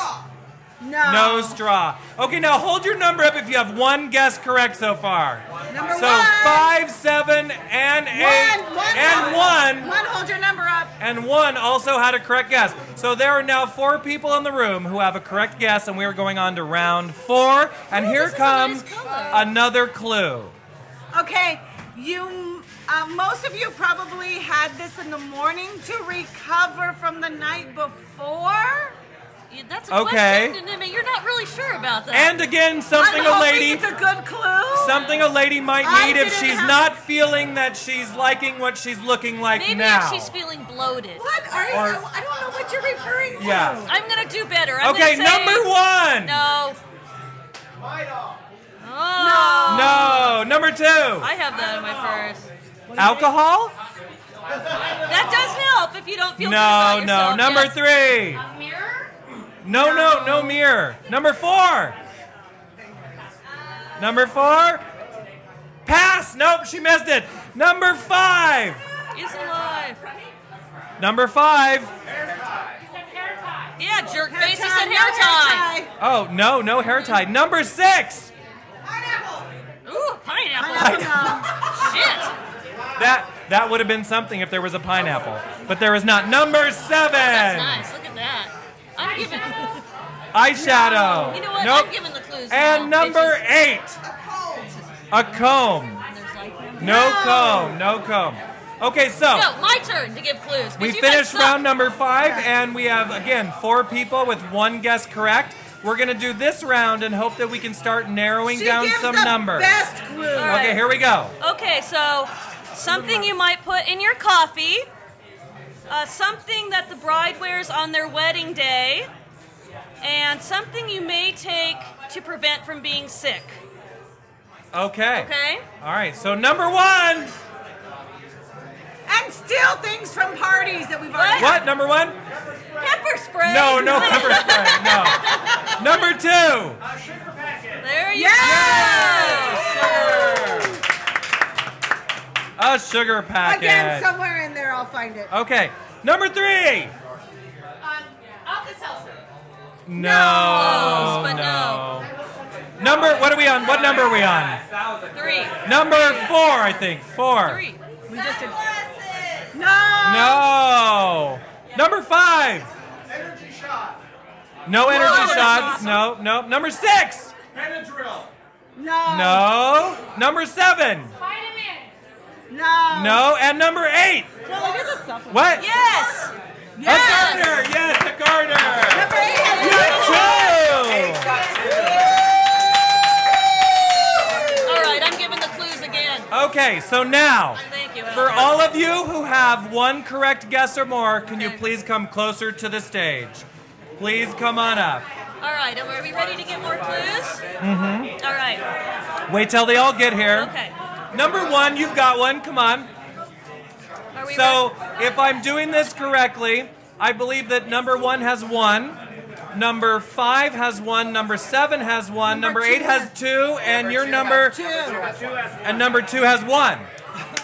[SPEAKER 2] No.
[SPEAKER 1] No straw. Okay, now hold your number up if you have one guess correct so far.
[SPEAKER 2] Number
[SPEAKER 1] So
[SPEAKER 2] one.
[SPEAKER 1] five, seven, and eight,
[SPEAKER 2] One, one,
[SPEAKER 1] and
[SPEAKER 2] hold-
[SPEAKER 1] one,
[SPEAKER 2] One, hold your number up.
[SPEAKER 1] and one also had a correct guess. So there are now four people in the room who have a correct guess, and we are going on to round four. And
[SPEAKER 3] Ooh,
[SPEAKER 1] here
[SPEAKER 3] this is a
[SPEAKER 1] comes
[SPEAKER 3] nice color.
[SPEAKER 1] another clue.
[SPEAKER 2] Okay, you. Uh, most of you probably had this in the morning to recover from the night before.
[SPEAKER 3] Yeah, That's a
[SPEAKER 1] Okay.
[SPEAKER 3] question, and I mean, you're not really sure about that.
[SPEAKER 1] And again, something
[SPEAKER 2] I'm
[SPEAKER 1] a
[SPEAKER 2] hoping
[SPEAKER 1] lady,
[SPEAKER 2] It's a good clue.
[SPEAKER 1] something a lady might
[SPEAKER 2] I
[SPEAKER 1] need if
[SPEAKER 2] didn't
[SPEAKER 1] she's
[SPEAKER 2] have-
[SPEAKER 1] not feeling that she's liking what she's looking like
[SPEAKER 3] Maybe
[SPEAKER 1] now.
[SPEAKER 3] if she's feeling bloated.
[SPEAKER 2] what are you?
[SPEAKER 1] Or-
[SPEAKER 2] I don't know what you're referring to.
[SPEAKER 1] Yeah.
[SPEAKER 3] I'm gonna do better. I'm
[SPEAKER 1] okay,
[SPEAKER 3] gonna say-
[SPEAKER 1] number one.
[SPEAKER 3] No. Oh.
[SPEAKER 1] No, number two.
[SPEAKER 3] I have that in my purse.
[SPEAKER 1] Alcohol?
[SPEAKER 3] That does help if you don't feel good about
[SPEAKER 1] No, no.
[SPEAKER 3] yourself,
[SPEAKER 1] Number
[SPEAKER 3] yes.
[SPEAKER 1] three. No, no, no mirror. Number four. Number four. Pass. Nope, she missed it. Number five.
[SPEAKER 3] is alive.
[SPEAKER 1] Number five.
[SPEAKER 3] Yeah, jerk face. He
[SPEAKER 2] Time,
[SPEAKER 3] said
[SPEAKER 2] no
[SPEAKER 3] hair tie.
[SPEAKER 1] Oh, no, no hair tie. Number six.
[SPEAKER 3] Ooh, pineapple.
[SPEAKER 2] Pineapple.
[SPEAKER 3] Shit.
[SPEAKER 1] That that would have been something if there was a pineapple, but there is not. Number
[SPEAKER 3] That's
[SPEAKER 1] seven.
[SPEAKER 3] nice. Look at that. I'm giving.
[SPEAKER 1] Eyeshadow.
[SPEAKER 3] You know what?
[SPEAKER 1] Oh. Nope.
[SPEAKER 3] I'm giving the clues.
[SPEAKER 1] And
[SPEAKER 3] now,
[SPEAKER 1] number
[SPEAKER 3] bitches.
[SPEAKER 1] eight. A comb.
[SPEAKER 3] There's like-
[SPEAKER 1] No comb, no comb. Okay, so
[SPEAKER 3] No, my turn to give clues.
[SPEAKER 1] we
[SPEAKER 3] because you guys
[SPEAKER 1] finished
[SPEAKER 3] suck.
[SPEAKER 1] round number five, and we have again four people with one guess correct. We're gonna do this round and hope that we can start narrowing
[SPEAKER 2] She
[SPEAKER 1] down
[SPEAKER 2] gives
[SPEAKER 1] some
[SPEAKER 2] the
[SPEAKER 1] numbers.
[SPEAKER 2] Best clue.
[SPEAKER 3] All
[SPEAKER 1] Okay,
[SPEAKER 3] right.
[SPEAKER 1] here we go.
[SPEAKER 3] Okay, so something you might put in your coffee, uh, something that the bride wears on their wedding day, and something you may take to prevent from being sick.
[SPEAKER 1] Okay.
[SPEAKER 3] Okay?
[SPEAKER 1] All right. So number one.
[SPEAKER 2] And steal things from parties that we've already.
[SPEAKER 1] What? Number one?
[SPEAKER 3] Pepper spray.
[SPEAKER 1] No, no pepper spray. No. Number two.
[SPEAKER 3] There you
[SPEAKER 2] Yes!
[SPEAKER 1] A sugar packet.
[SPEAKER 2] Again, somewhere in there, I'll find it.
[SPEAKER 1] Okay. Number three.
[SPEAKER 3] Um,
[SPEAKER 1] No.
[SPEAKER 3] Close, but no.
[SPEAKER 1] Number, what are we on? What number are we on?
[SPEAKER 3] go. Three.
[SPEAKER 1] Number four, I think. Four.
[SPEAKER 3] Three.
[SPEAKER 2] We just did. No.
[SPEAKER 1] No. Number five. Energy shot. No energy
[SPEAKER 3] that's
[SPEAKER 1] shots. No, no. Number six.
[SPEAKER 2] No.
[SPEAKER 1] No. Number seven.
[SPEAKER 2] No.
[SPEAKER 1] No. And number eight.
[SPEAKER 2] Well, it is a supplement.
[SPEAKER 1] What?
[SPEAKER 3] Yes.
[SPEAKER 1] A garter. Yes, a garter.
[SPEAKER 2] Number eight has
[SPEAKER 1] Two.
[SPEAKER 3] All right, I'm giving the clues again.
[SPEAKER 1] Okay, so now.
[SPEAKER 3] Thank you.
[SPEAKER 1] For
[SPEAKER 3] Al.
[SPEAKER 1] all of you who have one correct guess or more, can you
[SPEAKER 3] Okay.
[SPEAKER 1] please come closer to the stage? Please come on up.
[SPEAKER 3] All right, are we ready to get more clues? Mm-hmm. All right.
[SPEAKER 1] Wait till they all get here.
[SPEAKER 3] Okay.
[SPEAKER 1] Number one, you've got one. Come on.
[SPEAKER 3] Are we
[SPEAKER 1] So,
[SPEAKER 3] ready?
[SPEAKER 1] if I'm doing this correctly, I believe that number one has one, number five has one, number seven has one, number, eight has two, and your number
[SPEAKER 2] two.
[SPEAKER 1] and number two has one.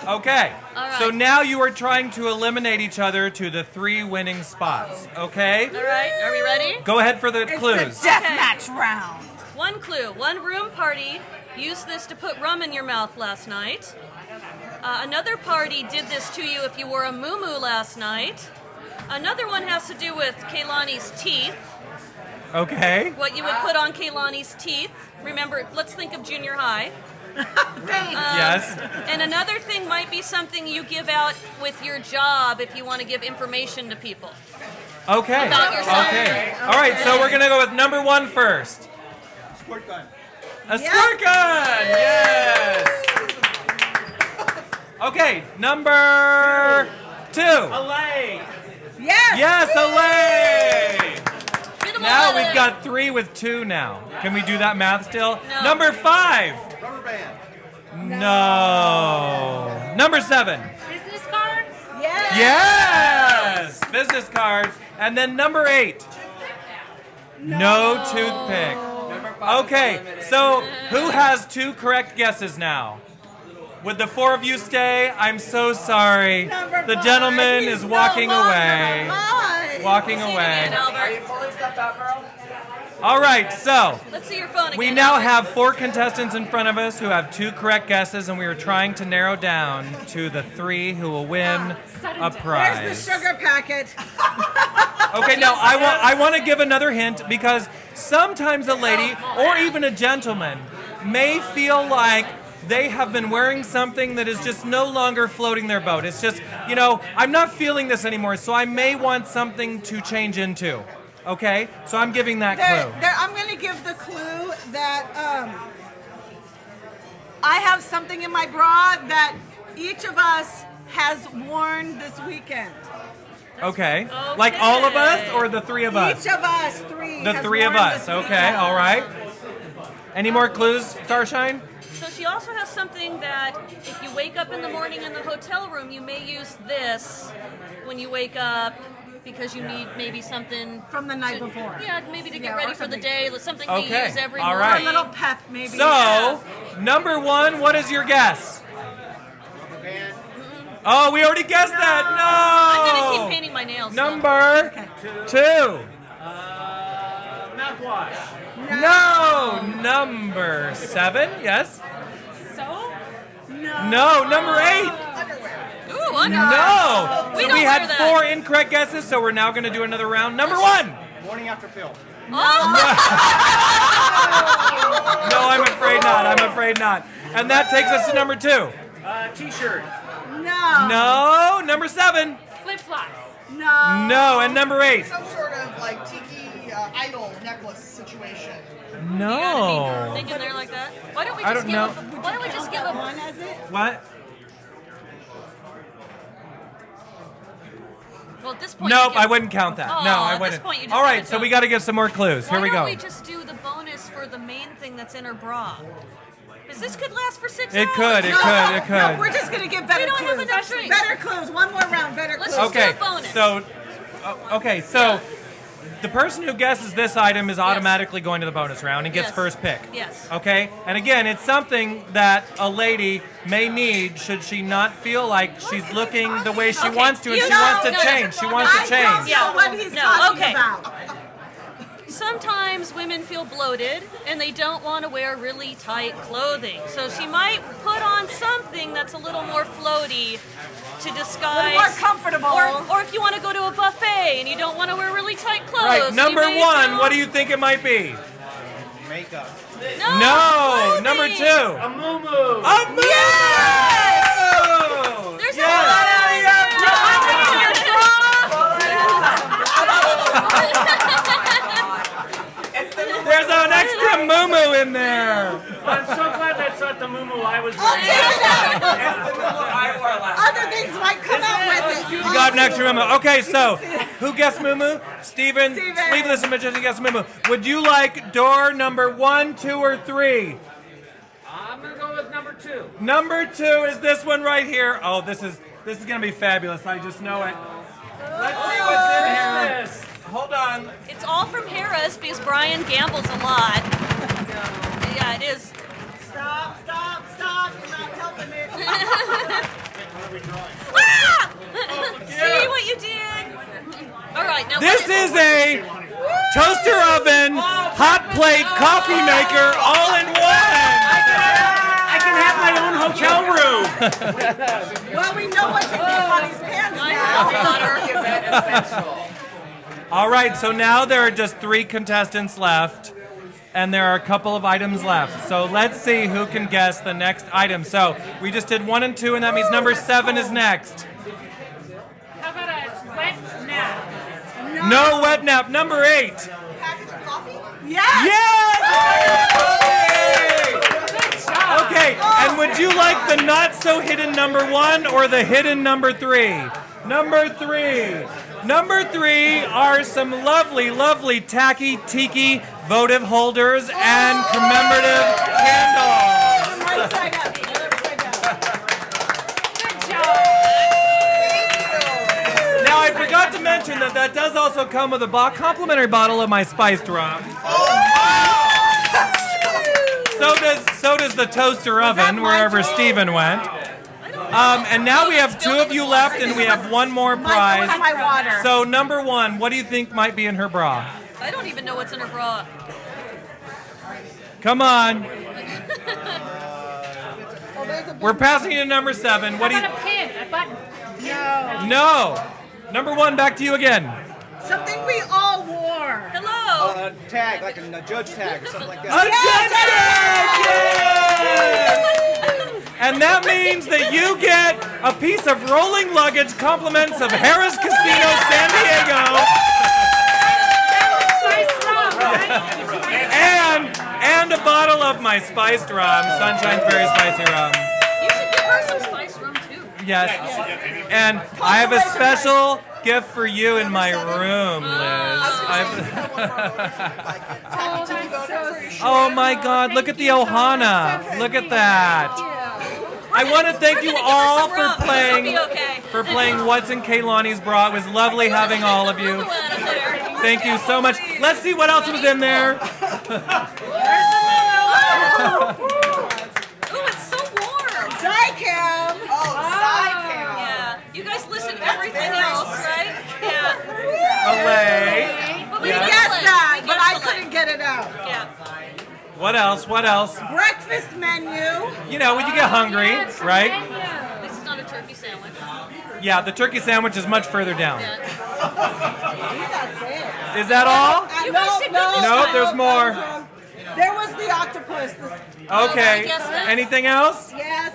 [SPEAKER 1] Okay.
[SPEAKER 3] All right.
[SPEAKER 1] So now you are trying to eliminate each other to the three winning spots. Okay.
[SPEAKER 3] All right, are we ready?
[SPEAKER 1] Go ahead for the
[SPEAKER 2] It's
[SPEAKER 1] clues.
[SPEAKER 2] the deathmatch round.
[SPEAKER 3] One clue, one room party used this to put rum in your mouth last night. Uh, another party did this to you if you wore a moo last night. Another one has to do with Kaylani's teeth,
[SPEAKER 1] okay.
[SPEAKER 3] what you would put on Kaylani's teeth. Remember, let's think of junior high. Um,
[SPEAKER 1] yes.
[SPEAKER 3] And another thing might be something you give out with your job if you want to give information to people.
[SPEAKER 1] Okay.
[SPEAKER 3] About yourself.
[SPEAKER 1] Okay. All right. So we're gonna go with number one first.
[SPEAKER 6] Squirt gun.
[SPEAKER 1] A squirt gun. Yes. Okay. Number two.
[SPEAKER 6] Alay.
[SPEAKER 2] Yes.
[SPEAKER 1] Yes, Elaine.
[SPEAKER 3] You're the one
[SPEAKER 1] Now
[SPEAKER 3] that-
[SPEAKER 1] we've got three with two. Now, can we do that math still?
[SPEAKER 3] No.
[SPEAKER 1] Number five.
[SPEAKER 6] Rubber band.
[SPEAKER 1] No. Number seven.
[SPEAKER 7] Business cards?
[SPEAKER 2] Yes.
[SPEAKER 1] Yes! Business cards. And then number eight. No toothpick. Okay, so who has two correct guesses now? Would the four of you stay? I'm so sorry.
[SPEAKER 2] Number
[SPEAKER 1] The
[SPEAKER 2] five.
[SPEAKER 1] gentleman
[SPEAKER 2] He's
[SPEAKER 1] is walking
[SPEAKER 2] no longer
[SPEAKER 1] away.
[SPEAKER 2] alive.
[SPEAKER 1] Walking
[SPEAKER 3] Let's see it
[SPEAKER 1] away.
[SPEAKER 3] again, Albert.
[SPEAKER 1] All right, so
[SPEAKER 3] Let's see your phone again.
[SPEAKER 1] we now
[SPEAKER 3] Albert.
[SPEAKER 1] have four contestants in front of us who have two correct guesses, and we are trying to narrow down to the three who will win
[SPEAKER 2] Ah,
[SPEAKER 1] a prize.
[SPEAKER 2] There's the sugar packet.
[SPEAKER 1] Okay, now I want I want to give another hint because sometimes a
[SPEAKER 2] Oh,
[SPEAKER 1] lady or even a gentleman may feel like they have been wearing something that is just no longer floating their boat. It's just, you know, I'm not feeling this anymore, so I may want something to change into. Okay? So I'm giving that
[SPEAKER 2] There,
[SPEAKER 1] clue.
[SPEAKER 2] there, I'm going to give the clue that um, I have something in my bra that each of us has worn this weekend.
[SPEAKER 1] Okay. Like all of us or the three of us?
[SPEAKER 2] Each of us three.
[SPEAKER 1] The
[SPEAKER 2] has
[SPEAKER 1] three of
[SPEAKER 2] worn
[SPEAKER 1] us.
[SPEAKER 2] this
[SPEAKER 1] Okay.
[SPEAKER 2] weekend.
[SPEAKER 1] All right. Any more clues, Starshine?
[SPEAKER 3] So she also has something that if you wake up in the morning in the hotel room, you may use this when you wake up because you need maybe something
[SPEAKER 2] From the night
[SPEAKER 3] to-
[SPEAKER 2] before.
[SPEAKER 3] Yeah, maybe to get
[SPEAKER 2] Yeah, or
[SPEAKER 3] ready for the
[SPEAKER 2] something.
[SPEAKER 3] day. Something
[SPEAKER 1] Okay.
[SPEAKER 3] we use every
[SPEAKER 1] All
[SPEAKER 2] Or
[SPEAKER 1] right.
[SPEAKER 2] a
[SPEAKER 3] morning.
[SPEAKER 2] little pep, maybe.
[SPEAKER 1] So, number one, what is your guess? Oh, we already guessed
[SPEAKER 3] I'm
[SPEAKER 1] that.
[SPEAKER 3] gonna
[SPEAKER 1] No.
[SPEAKER 3] keep painting my nails.
[SPEAKER 1] Oh.
[SPEAKER 3] though.
[SPEAKER 1] Number two.
[SPEAKER 6] Uh, mouthwash.
[SPEAKER 1] No. Number seven. Yes.
[SPEAKER 7] So?
[SPEAKER 1] No. Number eight.
[SPEAKER 3] Ooh, under.
[SPEAKER 1] No.
[SPEAKER 3] We
[SPEAKER 1] So
[SPEAKER 3] don't
[SPEAKER 1] we
[SPEAKER 3] wear
[SPEAKER 1] had
[SPEAKER 3] that.
[SPEAKER 1] four incorrect guesses, so we're now going to do another round. Number one.
[SPEAKER 6] Morning after pill.
[SPEAKER 3] Oh,
[SPEAKER 1] No, I'm afraid not. I'm afraid not. And that takes us to number two.
[SPEAKER 6] Uh, t-shirt.
[SPEAKER 2] No.
[SPEAKER 1] No. Number seven.
[SPEAKER 7] Flip flops.
[SPEAKER 2] No.
[SPEAKER 1] No. And number eight.
[SPEAKER 8] Some sort of like tiki uh, idol necklace situation.
[SPEAKER 3] You gotta be
[SPEAKER 1] No.
[SPEAKER 3] Thinking there like that. Why don't we
[SPEAKER 1] I
[SPEAKER 3] just
[SPEAKER 1] don't
[SPEAKER 3] give
[SPEAKER 1] know.
[SPEAKER 3] up? Why don't we just give up?
[SPEAKER 2] One as it?
[SPEAKER 1] What?
[SPEAKER 3] Well, at this point. you
[SPEAKER 1] Nope,
[SPEAKER 3] give-
[SPEAKER 1] I wouldn't count that.
[SPEAKER 3] Oh,
[SPEAKER 1] no, I
[SPEAKER 3] at this
[SPEAKER 1] wouldn't.
[SPEAKER 3] point you just
[SPEAKER 1] All
[SPEAKER 3] give
[SPEAKER 1] right,
[SPEAKER 3] it
[SPEAKER 1] so
[SPEAKER 3] to
[SPEAKER 1] we
[SPEAKER 3] him.
[SPEAKER 1] got to give some more clues.
[SPEAKER 3] Why
[SPEAKER 1] Here we
[SPEAKER 3] don't
[SPEAKER 1] go.
[SPEAKER 3] we just do the bonus for the main thing that's in her bra? Because this could last for six
[SPEAKER 1] It
[SPEAKER 3] hours.
[SPEAKER 1] could, it
[SPEAKER 2] No,
[SPEAKER 1] could, it could.
[SPEAKER 2] No, we're just gonna get better
[SPEAKER 3] We don't
[SPEAKER 2] clues.
[SPEAKER 3] have enough drinks.
[SPEAKER 2] Better clues. One more round. Better
[SPEAKER 3] Let's
[SPEAKER 2] clues.
[SPEAKER 3] just-
[SPEAKER 1] okay,
[SPEAKER 3] do a bonus.
[SPEAKER 1] so o- okay, so the person who guesses this item is automatically going to the bonus round and gets
[SPEAKER 3] Yes.
[SPEAKER 1] first pick.
[SPEAKER 3] Yes.
[SPEAKER 1] Okay, and again, it's something that a lady may need should she not feel like she's looking the way she
[SPEAKER 3] Okay,
[SPEAKER 1] wants to, and
[SPEAKER 3] you
[SPEAKER 1] she
[SPEAKER 3] know-
[SPEAKER 1] wants to
[SPEAKER 3] no, no,
[SPEAKER 1] change. She wants to
[SPEAKER 2] I
[SPEAKER 1] change.
[SPEAKER 2] don't know
[SPEAKER 3] Yeah.
[SPEAKER 2] what he's
[SPEAKER 3] No,
[SPEAKER 2] talking
[SPEAKER 3] okay.
[SPEAKER 2] about.
[SPEAKER 3] Sometimes women feel bloated and they don't want to wear really tight clothing. So she might put on something that's a little more floaty to disguise.
[SPEAKER 2] More comfortable.
[SPEAKER 3] Or, or if you want to go to a buffet and you don't want to wear really tight clothes.
[SPEAKER 1] All right,
[SPEAKER 3] you
[SPEAKER 1] number
[SPEAKER 3] may
[SPEAKER 1] one,
[SPEAKER 3] throw-
[SPEAKER 1] what do you think it might be?
[SPEAKER 6] Makeup.
[SPEAKER 3] No!
[SPEAKER 1] No, number
[SPEAKER 3] clothing!
[SPEAKER 1] two.
[SPEAKER 6] A moo
[SPEAKER 1] A moon!
[SPEAKER 3] There's
[SPEAKER 1] Yes!
[SPEAKER 3] no clothing in your bra!
[SPEAKER 1] There's an extra moo in there.
[SPEAKER 6] I'm so glad that's not the moo I was
[SPEAKER 2] I'll
[SPEAKER 6] wearing.
[SPEAKER 2] take that. Other things might come out with it.
[SPEAKER 1] You got an extra moo. Okay, so who guessed moo moo? Steven,
[SPEAKER 2] Steven.
[SPEAKER 1] sleeveless and magenta guessed moo moo. Would you like door number one, two, or three?
[SPEAKER 6] I'm gonna go with number two.
[SPEAKER 1] Number two is this one right here. Oh, this is this is gonna be fabulous. I just know it. Let's see what's in here.
[SPEAKER 6] Yes.
[SPEAKER 1] Hold on.
[SPEAKER 3] It's all from Harris because Brian gambles a lot. Yeah, it is.
[SPEAKER 2] Stop! Stop! Stop! You're not helping it.
[SPEAKER 3] Ah! See what you did? All right, now
[SPEAKER 1] This
[SPEAKER 3] what
[SPEAKER 1] is a toaster oven, hot plate, coffee maker, all in one.
[SPEAKER 6] I can have my own hotel room.
[SPEAKER 2] Well, we know what's in Kimberly's pants
[SPEAKER 3] Oh. I
[SPEAKER 2] now.
[SPEAKER 3] know, daughter.
[SPEAKER 1] All right, so now there are just three contestants left, and there are a couple of items left. So let's see who can guess the next item. So we just did one and two, and that means number seven is next.
[SPEAKER 7] How about a wet nap?
[SPEAKER 2] No. no.
[SPEAKER 1] No wet nap. Number eight.
[SPEAKER 8] Package of coffee?
[SPEAKER 2] Yes.
[SPEAKER 1] Yes! Okay, and would you like the not so hidden number one or the hidden number three? Number three. Number three are some lovely, lovely tacky tiki votive holders and commemorative candles.
[SPEAKER 2] Right side up. Right side up.
[SPEAKER 7] Good job.
[SPEAKER 1] Now I forgot to mention that that does also come with a bo- complimentary bottle of my spiced rum. So does so does the toaster oven wherever Steven went. Um, and now we have two of you left, and we have one more
[SPEAKER 2] Mine was
[SPEAKER 1] prize.
[SPEAKER 2] my water.
[SPEAKER 1] So number one, what do you think might be in her bra?
[SPEAKER 3] I don't even know what's in her bra.
[SPEAKER 1] Come on,
[SPEAKER 8] Oh, there's a
[SPEAKER 1] we're passing you to number seven. What do
[SPEAKER 7] I
[SPEAKER 1] you?
[SPEAKER 7] got a pin, a button.
[SPEAKER 1] No, number one, back to you again.
[SPEAKER 2] Something we all wore.
[SPEAKER 3] Hello.
[SPEAKER 9] A tag, like a, a judge tag or something like that.
[SPEAKER 1] Uh, Yes! And that means that you get a piece of rolling luggage, compliments of Harris Casino San Diego,
[SPEAKER 7] Spice rum, right?
[SPEAKER 1] and and a bottle of my spiced rum, Sunshine's very spicy rum.
[SPEAKER 3] You should give her some spice rum too.
[SPEAKER 1] Yes. And I have a special gift for you in my room, Liz. I've-
[SPEAKER 7] Oh, that's so
[SPEAKER 1] oh my God! Look at the Ohana! Look at that! I want to thank you
[SPEAKER 3] We're gonna give her
[SPEAKER 1] all
[SPEAKER 3] some
[SPEAKER 1] for
[SPEAKER 3] rum.
[SPEAKER 1] playing
[SPEAKER 3] She'll be okay.
[SPEAKER 1] for playing What's in Kaylani's Bra. It was lovely having all of you. Thank you so much. Let's see what else was in there.
[SPEAKER 3] Ooh, it's so warm.
[SPEAKER 2] Dicam.
[SPEAKER 8] Oh,
[SPEAKER 3] Yeah. You guys listen to everything else, right? Yeah.
[SPEAKER 1] Olay.
[SPEAKER 3] But
[SPEAKER 2] We
[SPEAKER 3] we
[SPEAKER 2] guessed
[SPEAKER 3] guessed
[SPEAKER 2] that,
[SPEAKER 3] We
[SPEAKER 2] but
[SPEAKER 3] guessed
[SPEAKER 2] I
[SPEAKER 3] the
[SPEAKER 2] couldn't
[SPEAKER 3] link.
[SPEAKER 2] get it out.
[SPEAKER 3] Yeah.
[SPEAKER 1] What else? What else?
[SPEAKER 2] Breakfast menu.
[SPEAKER 1] You know, when you get hungry, right?
[SPEAKER 7] Yeah.
[SPEAKER 3] This is not a turkey sandwich.
[SPEAKER 1] Yeah, the turkey sandwich is much further down.
[SPEAKER 2] That's it.
[SPEAKER 1] Is that all?
[SPEAKER 2] Uh,
[SPEAKER 7] You
[SPEAKER 2] no,
[SPEAKER 7] guys should go
[SPEAKER 2] Uh, no,
[SPEAKER 7] this
[SPEAKER 1] No,
[SPEAKER 2] no,
[SPEAKER 7] time.
[SPEAKER 1] there's more.
[SPEAKER 2] no. There was the octopus. This,
[SPEAKER 1] Okay. Anything else?
[SPEAKER 2] yes.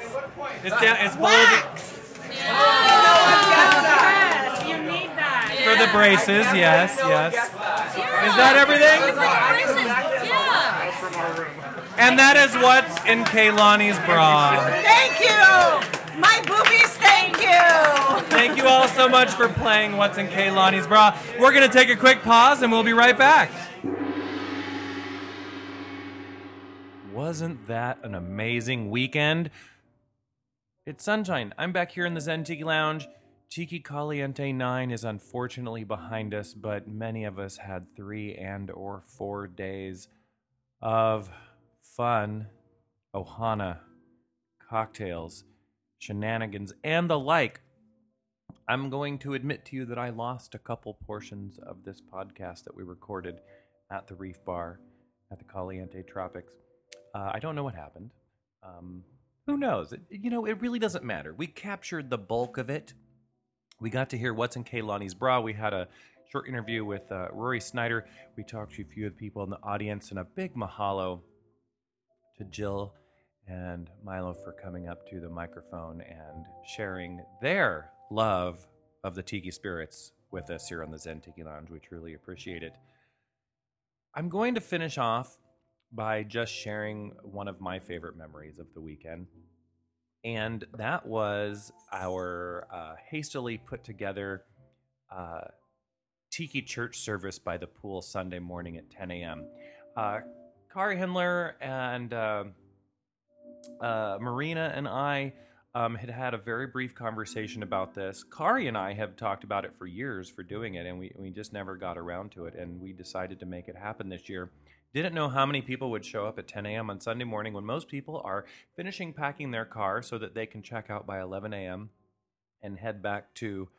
[SPEAKER 1] It's down. It's below the,
[SPEAKER 2] Wax.
[SPEAKER 7] Oh, Yes, you need that.
[SPEAKER 1] for the braces. Yes. Yes. Is that
[SPEAKER 3] It's
[SPEAKER 1] everything?
[SPEAKER 3] like braces. Yeah.
[SPEAKER 1] And that is what's in Kaylani's bra.
[SPEAKER 2] Thank you. My boobies, thank you.
[SPEAKER 1] Thank you all so much for playing What's in Kaylani's Bra. We're going to take a quick pause and we'll be right back. Wasn't that an amazing weekend? It's sunshine. I'm back here in the Zen Tiki Lounge. Tiki Caliente 9 is unfortunately behind us, but many of us had 3 and or 4 days of fun, ohana, cocktails, shenanigans and the like. I'm going to admit to you that I lost a couple portions of this podcast that we recorded at the Reef Bar at the Caliente Tropics. Uh, I don't know what happened. Um, who knows? It, you know, it really doesn't matter. We captured the bulk of it. We got to hear what's in Kaylani's bra. We had a short interview with uh, Rory Snyder. We talked to a few of the people in the audience, and a big mahalo to Jill and Milo for coming up to the microphone and sharing their love of the tiki spirits with us here on the Zen Tiki Lounge. We truly appreciate it. I'm going to finish off by just sharing one of my favorite memories of the weekend. And that was our uh, hastily put together uh, tiki church service by the pool Sunday morning at 10 a.m. Uh, Kari Hindler and uh, uh, Marina and I um, had had a very brief conversation about this. Kari and I have talked about it for years for doing it, and we, we just never got around to it. And we decided to make it happen this year. Didn't know how many people would show up at 10 a.m. on Sunday morning when most people are finishing packing their car so that they can check out by 11 a.m. and head back to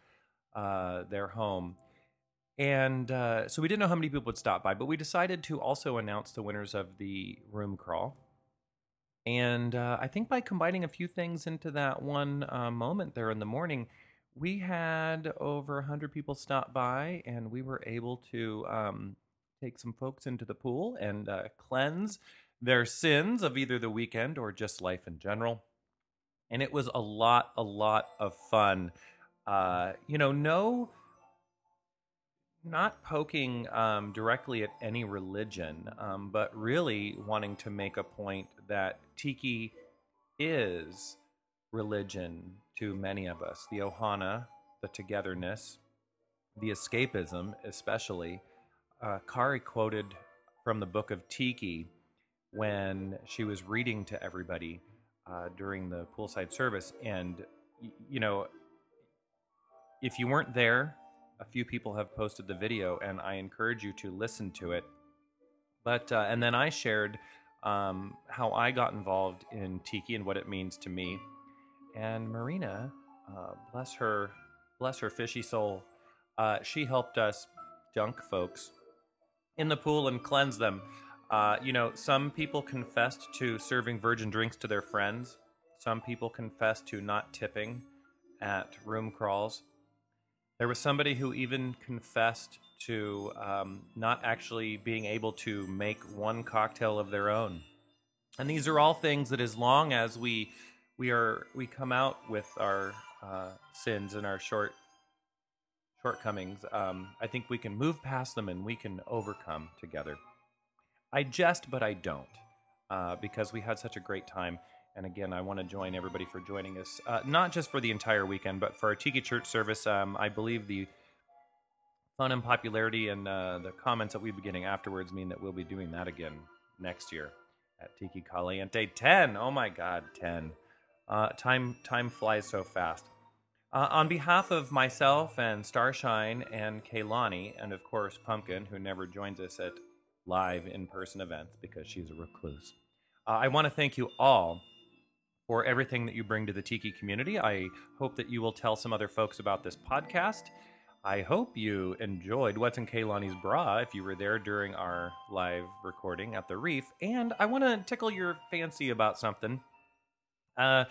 [SPEAKER 1] uh, their home. And uh, so we didn't know how many people would stop by, but we decided to also announce the winners of the room crawl. And uh, I think by combining a few things into that one uh, moment there in the morning, we had over 100 people stop by and we were able to um, take some folks into the pool and uh, cleanse their sins of either the weekend or just life in general. And it was a lot, a lot of fun. Uh, you know, no not poking um, directly at any religion, um, but really wanting to make a point that tiki is religion to many of us. The ohana, the togetherness, the escapism, especially. Uh, Kari quoted from the book of Tiki when she was reading to everybody uh, during the poolside service. And, y- you know, if you weren't there, a few people have posted the video, and I encourage you to listen to it. But uh, and then I shared um, how I got involved in tiki and what it means to me. And Marina, uh, bless her, bless her fishy soul, uh, she helped us dunk folks in the pool and cleanse them. Uh, you know, some people confessed to serving virgin drinks to their friends. Some people confessed to not tipping at room crawls. There was somebody who even confessed to um, not actually being able to make one cocktail of their own. And these are all things that, as long as we we are we come out with our uh, sins and our short shortcomings, um, I think we can move past them and we can overcome together. I jest, but I don't, uh, because we had such a great time. And again, I want to join everybody for joining us, uh, not just for the entire weekend, but for our Tiki Church service. Um, I believe the fun and popularity and uh, the comments that we'll be getting afterwards mean that we'll be doing that again next year at Tiki Caliente 10. Oh my God, 10. Uh, time time flies so fast. Uh, on behalf of myself and Starshine and Kaylani, and of course Pumpkin, who never joins us at live in person events because she's a recluse, uh, I want to thank you all for everything that you bring to the Tiki community. I hope that you will tell some other folks about this podcast. I hope you enjoyed What's in Kaylani's Bra if you were there during our live recording at the Reef. And I want to tickle your fancy about something. Uh,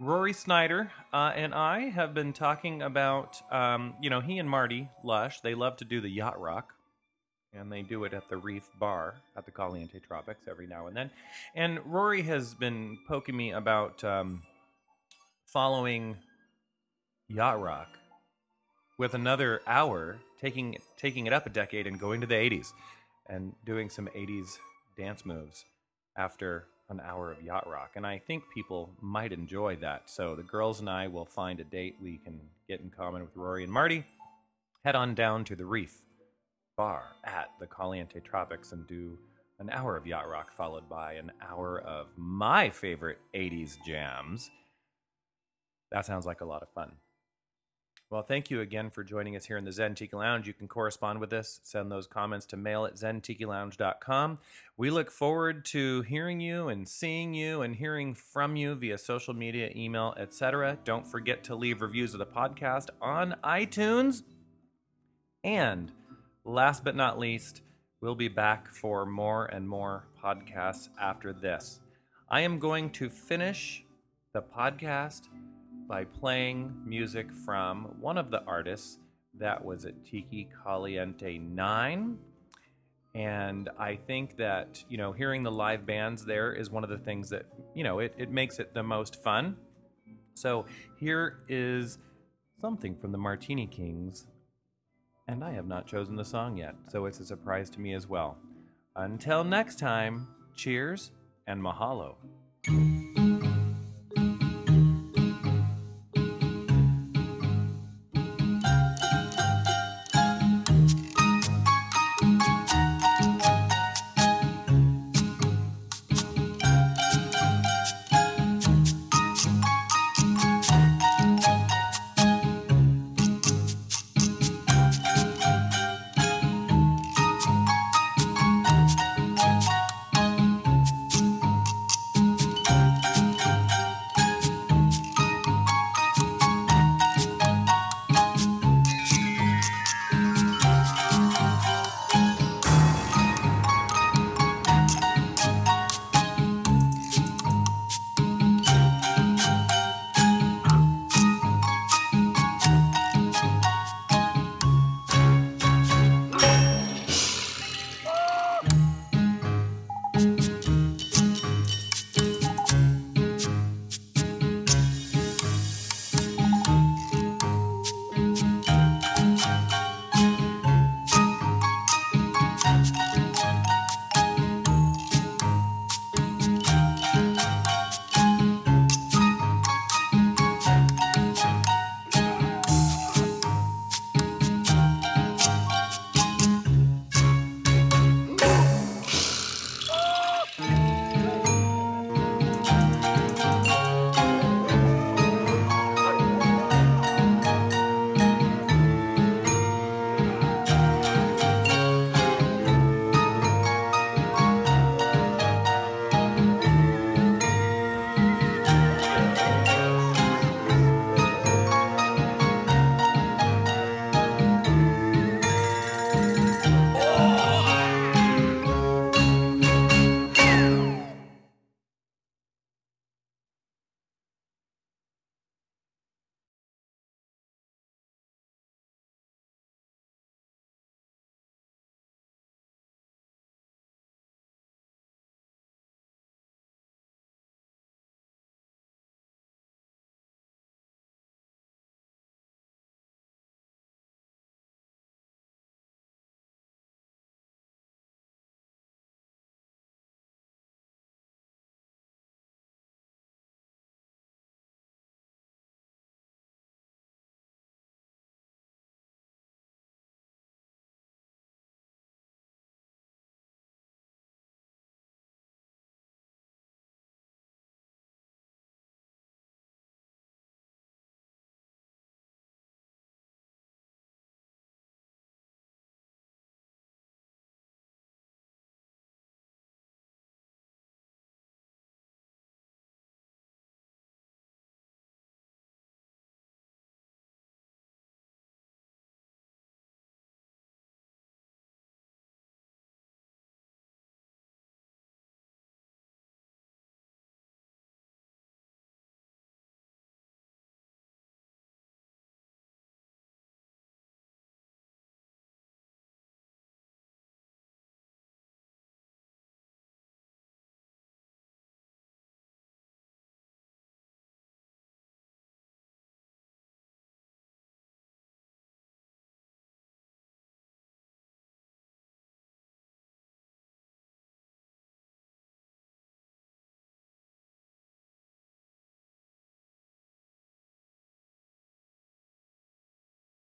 [SPEAKER 1] Rory Snyder uh, and I have been talking about, um, you know, he and Marty Lush, they love to do the yacht rock, and they do it at the Reef Bar at the Caliente Tropics every now and then. And Rory has been poking me about um, following yacht rock with another hour, taking taking it up a decade and going to the 80s and doing some 80s dance moves after an hour of yacht rock. And I think people might enjoy that. So the girls and I will find a date we can get in common with Rory and Marty. Head on down to the Reef Bar at the Caliente Tropics and do an hour of yacht rock followed by an hour of my favorite 80s jams. That sounds like a lot of fun. Well, thank you again for joining us here in the Zen Tiki Lounge. You can correspond with us, send those comments to mail at zentikilounge.com. We look forward to hearing you and seeing you and hearing from you via social media, email, etc. Don't forget to leave reviews of the podcast on iTunes. And last but not least, we'll be back for more and more podcasts after this. I am going to finish the podcast by playing music from one of the artists that was at Tiki Caliente 9. And I think that, you know, hearing the live bands there is one of the things that, you know, it, it makes it the most fun. So here is something from the Martini Kings. And I have not chosen the song yet, so it's a surprise to me as well. Until next time, cheers and mahalo.